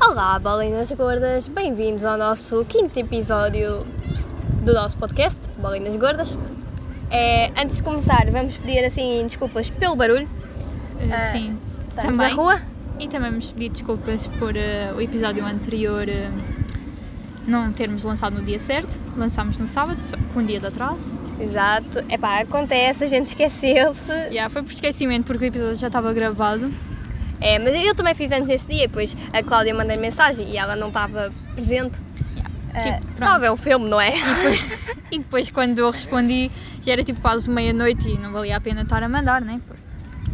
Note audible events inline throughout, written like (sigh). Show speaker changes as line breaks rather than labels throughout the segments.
Olá, bolinhas gordas, bem-vindos ao nosso quinto episódio do nosso podcast, Bolinhas Gordas. É, antes de começar, vamos pedir assim desculpas pelo barulho.
Uh,
Ah,
sim.
Estamos
também.
na rua.
E também vamos pedir desculpas por eh, o episódio anterior eh, não termos lançado no dia certo. Lançámos no sábado, só com um dia de atraso.
Exato. Epá, acontece, a gente esqueceu-se.
Yeah, foi por esquecimento porque o episódio já estava gravado.
É, mas eu também fiz antes nesse dia, pois a Cláudia mandei mensagem e ela não estava presente. É,
Tipo, pronto.
estava a ver o filme, não é? (laughs)
E depois quando eu respondi já era tipo quase meia-noite e não valia a pena estar a mandar, né? Porque-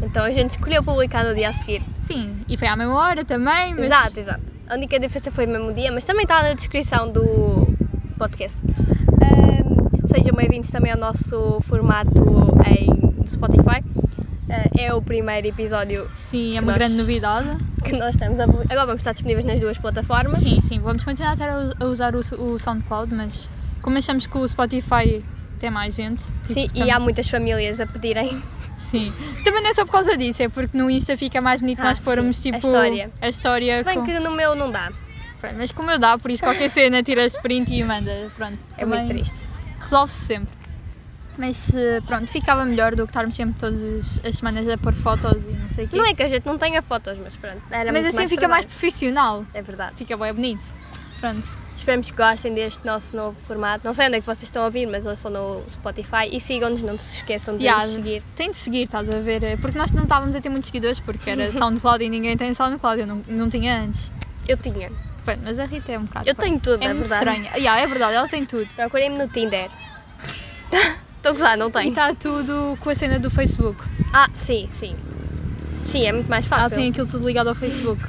Então a gente escolheu publicar no dia a seguir.
Sim, e foi à mesma hora também, mas
Exato, exato. A única diferença foi o mesmo dia, mas também está na descrição do podcast. Ahm, sejam bem-vindos também ao nosso formato em, do Spotify. Ah, é o primeiro episódio
sim, é
Que
uma
nós-
grande novidade.
que nós estamos a publicar. Agora vamos estar disponíveis nas duas plataformas.
Sim, sim, vamos continuar a ter- a usar o, o SoundCloud, mas como achamos que o Spotify tem mais gente, tipo,
Sim,
tam-
e há muitas famílias a pedirem.
Sim. Também não é só por causa disso, é porque no Insta fica mais bonito
Ah,
nós pormos
sim, a
tipo
história.
a história
Se bem
com-
que no meu não dá.
Pronto, Mas como eu dá, por isso qualquer cena tira print e manda. Pronto.
É muito
também
triste.
Resolve-se sempre. Mas eh, pronto, ficava melhor do que estarmos sempre todas as semanas a pôr fotos e não sei o quê.
Não é que a gente não tenha fotos, mas pronto. Era
Mas
muito
assim fica mais
trabalho.
profissional.
É verdade.
Fica bem bonito. Pronto.
Esperamos que gostem deste nosso novo formato. Não sei onde é que vocês estão a ouvir, mas ouçam no Spotify e sigam-nos, não se esqueçam de
Yeah,
nos seguir.
Tem de seguir, estás a ver? Eh, Porque nós não estávamos a ter muitos seguidores
(laughs)
porque era SoundCloud e ninguém tem SoundCloud, eu não, não tinha antes.
Eu tinha.
Pronto, mas a Rita é um bocado.
Eu tenho
coisa.
tudo,
é
é
muito
verdade.
estranha. Yeah, é verdade, ela tem tudo.
Procurem-me no Tinder. (laughs) Estou a gozar, não
E tá-
tenho.
está tudo com a cena do Facebook.
Ah, sim, sim. Sim, é muito mais
Ela
fácil.
tem aquilo tudo ligado ao Facebook.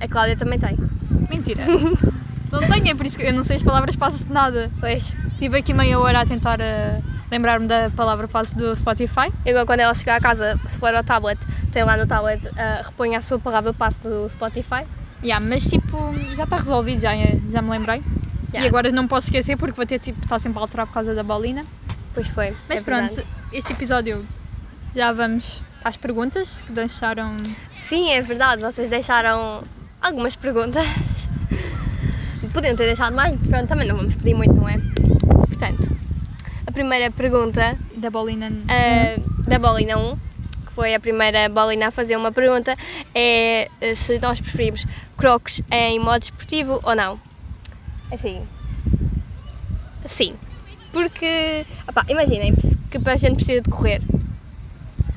A Cláudia também tem.
Mentira. não tenho, é por isso que eu não sei as palavras passas de nada.
Pois.
Estive aqui meia hora a tentar eh, lembrar-me da palavra passo do Spotify.
Agora, quando ela chegar a casa, se for ao tablet, tem lá no tablet, ah, reponha a sua palavra passo do Spotify.
Yeah, mas tipo, já está resolvido, já, eh, já me lembrei.
Yeah.
E agora não posso esquecer porque vou ter tipo, está sempre a alterar por causa da bolina.
Pois foi.
Mas
é
pronto,
verdade.
este episódio já vamos às perguntas que deixaram.
Sim, é verdade, vocês deixaram algumas perguntas. (laughs) Podiam ter deixado mais, pronto, também não vamos pedir muito, não é? Portanto, a primeira pergunta
Da bolina.
ah, da Bolina 1, que foi a primeira Bolina a fazer uma pergunta, é eh, se nós preferimos crocs em modo esportivo ou não. Assim. Sim. Porque, opá, imaginem que a gente precisa de correr,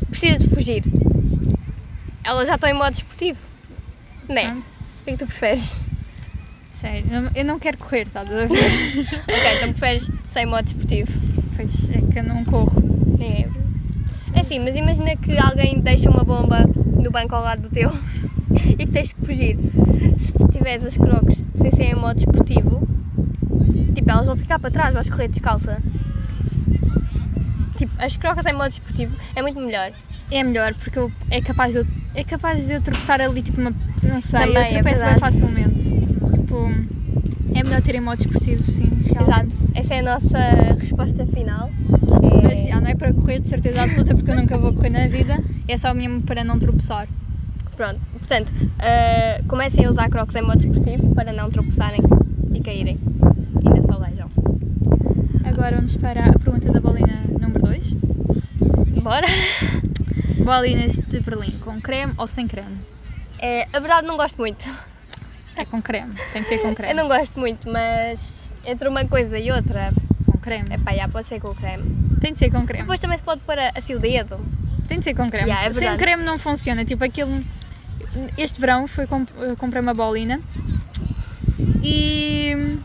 precisa de fugir. Elas já estão em modo esportivo. Né?
Hum.
O que é que tu preferes?
Sério, eu- eu não quero correr, estás
(laughs)
a ver?
ok, então preferes sem modo esportivo.
pois é que eu não corro.
É. É assim, mas imagina que alguém deixa uma bomba no banco ao lado do teu (laughs) e que tens que fugir. Se tu tiveres as crocs sem ser em modo esportivo, tipo, elas vão ficar para trás, vais correr descalça. Tipo, as crocas em modo esportivo é muito melhor.
É melhor, porque eu, é, capaz de eu, é capaz de eu tropeçar ali, tipo, uma, não sei,
Também, é
eu tropeço
verdade.
bem facilmente. Tipo, é melhor ter em modo esportivo, sim, realmente.
Essa é a nossa resposta final.
Mas já, não é para correr, de certeza absoluta, porque eu nunca vou correr na vida. É só mesmo para não tropeçar.
Pronto, portanto, ah, comecem a usar crocs em modo esportivo para não tropeçarem e caírem. Ainda se aleijam.
Agora vamos para a pergunta da bolina número 2.
Bora! (laughs)
Bolinas de Berlim, com creme ou sem creme?
É, a verdade não gosto muito.
É com creme, tem que ser com creme.
Eu não gosto muito, mas entre uma coisa e outra,
Com creme.
epá, já pode ser com o creme.
Tem de ser com creme.
Depois também se pode pôr a- assim o dedo.
Tem de ser com creme.
Yeah, é
Sem
verdade.
creme não funciona. Tipo, aquele. Este verão foi comp... eu comprei uma bolina e.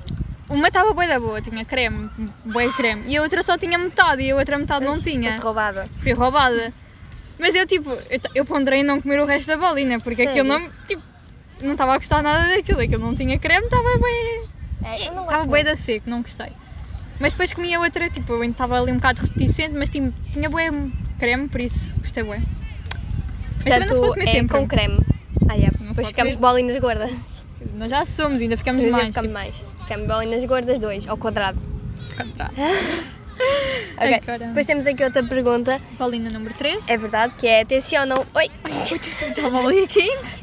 Uma estava boa da boa, tinha creme, boa creme. E a outra só tinha metade e a outra metade não tinha.
Foste roubada.
Fui roubada. Mas eu, tipo, eu, ta- eu ponderei em não comer o resto da bolina porque
Sério?
aquilo não. Tipo, não estava a gostar nada daquilo. Aquilo não tinha creme, estava bem.
É, eu não
Estava
gosto
bué
muito.
da seco, não gostei. Mas depois comi a outra, tipo, eu ainda estava ali um bocado reticente, mas tinha, tinha bué creme, por isso gostei bué. Ah, Mas também não se pode
Portanto,
comer
é
sempre.
com creme. Ah, yeah.
Não
Depois
se pode
ficamos
comer.
bolinhas gordas.
Nós já somos, ainda ficamos
Hoje em dia
mais.
ficamos mais. Ficamos bolinhas gordas dois ao quadrado.
tipo, contra-
Ok.
Agora-
Depois temos aqui outra pergunta.
Paulina número
(laughs)
3.
É verdade que é atencionam. Oi!
Estava ali a quente.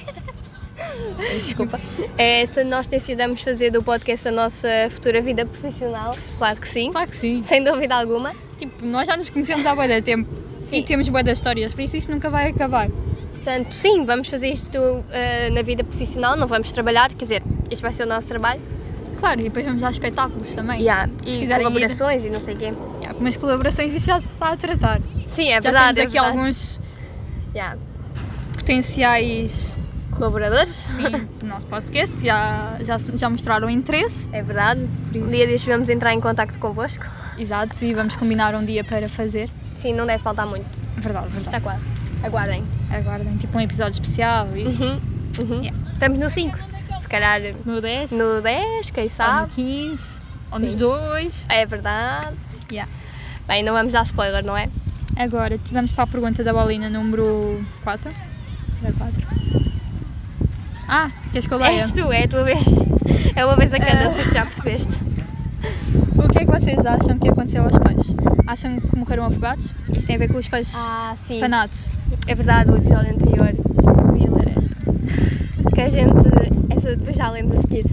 Desculpa. É, se nós decidamos fazer do podcast a nossa futura vida profissional, claro que sim,
Claro que sim.
sem dúvida alguma.
Tipo, nós já nos conhecemos há bué de tempo e temos bué de histórias, por isso isso nunca vai acabar.
Portanto, sim, vamos fazer isto eh, na vida profissional, não vamos trabalhar, quer dizer, este vai ser o nosso trabalho.
Claro, e depois vamos aos espetáculos também.
Yeah,
Se
e
quiserem ir.
colaborações e não sei o quê.
Yeah, mas colaborações isso já se está a tratar.
Sim, é
já
verdade.
temos
é
aqui
verdade.
alguns
Yeah.
potenciais
Colaboradores,
sim, do nosso podcast, já, já, se- já mostraram interesse.
é verdade.
Por
Um
isso.
dia destes vamos entrar em contacto convosco.
Exato, e vamos combinar um dia para fazer.
Sim, não deve faltar muito,
Verdade,
está
verdade.
quase. Aguardem.
Aguardem, tipo um episódio especial, isso.
Tá. Uhum, uhum. Estamos no 5, se calhar
No 10, ou
no 10, quem
no
sabe.
15, ou
Sim.
nos 2.
É verdade.
Yeah.
Bem, não vamos dar spoiler, não é?
Agora, vamos para a pergunta da Bolina número 4. Era 4. Ah, queres que eu leia?
És tu, (laughs) é a tua vez. É uma vez a
Ah.
cada, não sei se já percebeste.
O que é que vocês acham que aconteceu aos peixes? Acham que morreram afogados? Isto tem a ver com os peixes
Ah, sim.
panados.
É verdade, o episódio anterior.
Eu ia ler esta.
que a gente. Essa depois já lemos a seguir.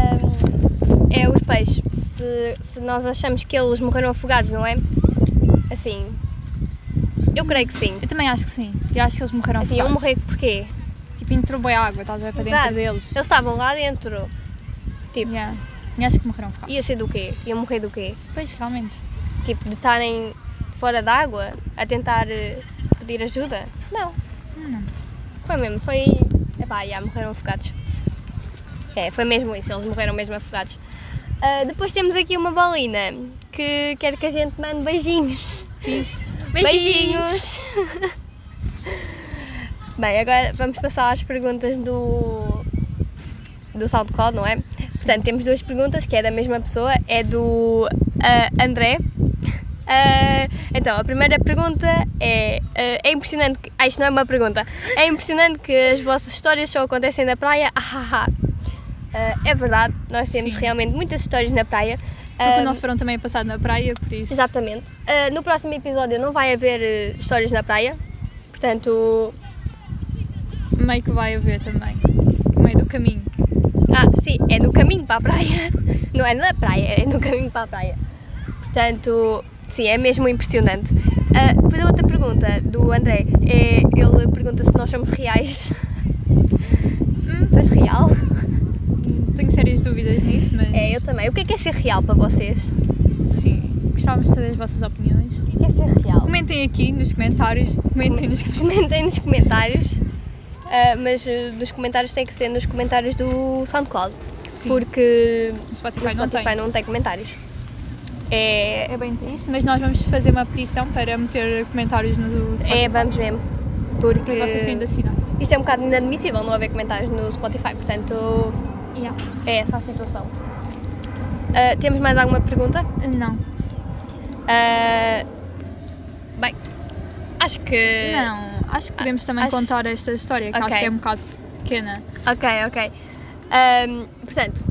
Ahm, é os peixes. Se, se nós achamos que eles morreram afogados, não é? Assim. Eu creio que sim.
Eu também acho que sim. Eu acho que eles morreram
Assim, eu
afogados.
morrer porquê?
Tipo, entrou bem água, estás a ver para dentro
Exato.
deles.
Eles estavam lá dentro. Tipo,
Yeah. Eu acho que morreram afogados.
ia ser do quê? Ia morrer do quê?
Pois, realmente.
Tipo, de estarem fora d'água a tentar eh, pedir ajuda? Não.
Não.
Foi mesmo, foi. Epá, já morreram afogados. É, foi mesmo isso, eles morreram mesmo afogados. Ah, depois temos aqui uma bolina que quer que a gente mande beijinhos.
Isso.
Beijinhos! (laughs) Bem, agora vamos passar às perguntas do. do SoundCloud, não é? Portanto, temos duas perguntas que é da mesma pessoa, é do ah, André. Ah, então, a primeira pergunta é: ah, é impressionante que. Ah, isto não é uma pergunta. É impressionante que as vossas histórias só acontecem na praia. Ah, ah, ah. Ah, é verdade, nós temos
Sim.
realmente muitas histórias na praia.
Porque
Ah,
o nosso verão também é passado na praia, por isso.
Exatamente. Uh, no próximo episódio não vai haver uh, histórias na praia, portanto.
Meio que vai haver também. No meio do caminho.
Ah, sim, é no caminho para a praia. (laughs) Não é na praia, é no caminho para a praia. Portanto, sim, é mesmo impressionante. Uh, depois a outra pergunta do André é: ele pergunta se nós somos reais.
Hum.
Tu és real?
Tenho sérias dúvidas nisso, mas.
É, eu também. O que é que é ser real para vocês?
Sim. Gostávamos de saber as vossas opiniões.
O que é que é ser real?
Comentem aqui nos comentários. Comentem nos
(laughs)
comentários.
Comentem nos comentários. Uh, mas uh, nos comentários tem que ser nos comentários do SoundCloud. Porque
No
o
Spotify
Spotify
não tem.
não tem comentários. É,
É bem triste, mas nós vamos fazer uma petição para meter comentários no Spotify.
é vamos mesmo.
Porque
Porque
vocês têm de assinar.
isto é um bocado inadmissível não haver comentários no Spotify, portanto é essa a situação. Ah, temos mais alguma pergunta?
Não.
Ah, bem, acho que.
Não. Acho que podemos também
acho-
contar esta história, que
Ok.
acho que é um bocado pequena.
Ok, ok. Ahm, portanto,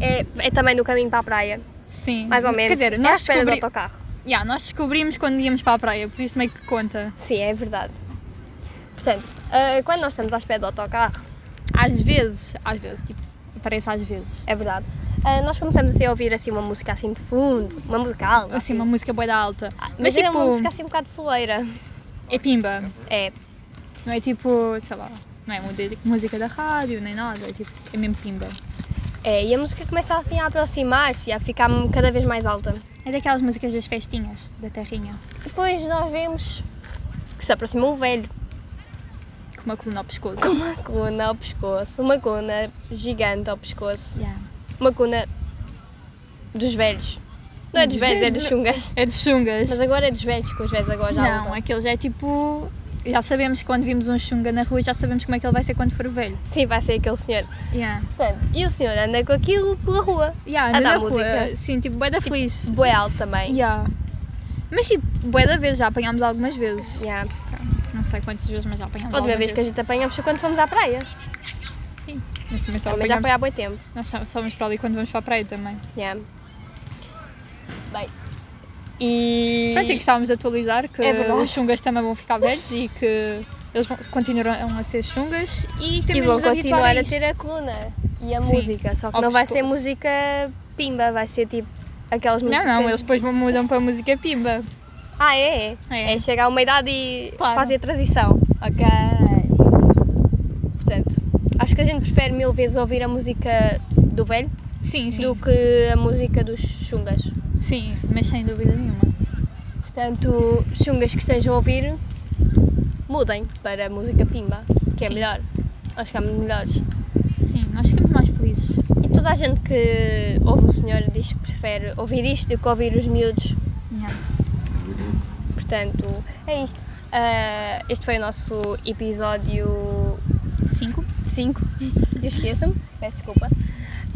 é, é também do caminho para a praia,
Sim.
mais ou menos.
Uhum. Quer dizer,
é à
nós,
espera
descobri...
do autocarro.
Yeah, nós descobrimos quando íamos para a praia, por isso meio que conta.
Sim, é verdade. Portanto, ah, quando nós estamos à espera do autocarro,
Às vezes, às vezes, tipo, aparece às vezes.
É verdade. Ah, nós começamos assim, a ouvir assim, uma música assim de fundo, uma música alta.
Assim, uma música boa da alta.
Ah, Mas,
Mas,
era
tipo,
uma música assim um bocado soleira.
é pimba.
É,
Não é tipo, sei lá, não é mu- música da rádio, nem nada. É tipo, é mesmo pimba.
é. E a música começa assim a aproximar-se, a ficar cada vez mais alta.
É daquelas músicas das festinhas, da terrinha.
Depois nós vemos que se aproxima um velho
Com uma coluna ao pescoço.
com uma cuna ao pescoço, uma cuna gigante ao pescoço,
Yeah.
uma cuna dos velhos. Não é dos
Dos
velhos, é dos
velhos, não-
chungas.
É de chungas.
Mas agora é dos velhos, que os velhos agora já
não,
usam.
aquele já é tipo. Já sabemos quando vimos um chunga na rua, já sabemos como é que ele vai ser quando for velho.
Sim, vai ser aquele senhor.
Yeah.
Portanto, e o senhor anda com aquilo pela rua.
Yeah,
Ah,
anda
dá
na
música.
rua. Sim, tipo, bué da feliz.
Boé alto também.
Yeah. Mas tipo, bué da vez, já apanhámos algumas vezes.
Yeah.
Não sei quantas vezes, mas já
A
apanhámos
última
algumas
vez que a
vezes.
gente apanhamos foi quando fomos à praia.
Sim, mas também só
Também já
apanhámos.
foi há boi tempo.
Nós só só vamos para ali quando vamos para a praia também.
Yeah. Bem. E.
Pronto, e gostávamos de atualizar que
É verdade.
os chungas também vão ficar velhos e que
Eles vão, continuarão a ser chungas e temos
E
de
vão
nos habituar
continuar a,
a, isto.
ter a coluna e a
Sim.
música, só que não vai ser
Obstáculos.
música pimba, vai ser tipo aquelas
Não,
músicas.
não, eles depois vão mudam para a música pimba.
Ah, é? É,
É.
é chegar a uma idade e
Claro.
fazer a transição. Ok. Portanto, acho que a gente prefere mil vezes ouvir a música do velho
Sim, sim.
do que a música dos chungas.
Sim, mas sem dúvida nenhuma.
Portanto, chungas que estejam a ouvir, mudem para a música pimba, que é
Sim.
melhor. Nós ficamos melhores.
Sim, nós ficamos mais felizes.
E toda a gente que ouve o senhor diz que prefere ouvir isto do que ouvir os miúdos.
Yeah.
Portanto, é isto. Ah, este foi o nosso episódio
Cinco.
5. Eu esqueço-me, peço desculpa.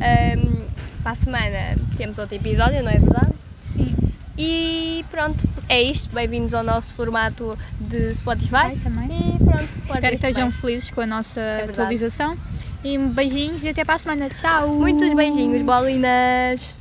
Ahm, para a semana temos outro episódio, não é verdade?
Sim.
E pronto, é isto. Bem-vindos ao nosso formato de Spotify.
Ai, também. É
E pronto,
Espero que
portem-se
estejam
bem.
felizes com a nossa
verdade.
atualização. E beijinhos e até para a semana. Tchau!
Muitos beijinhos, bolinas!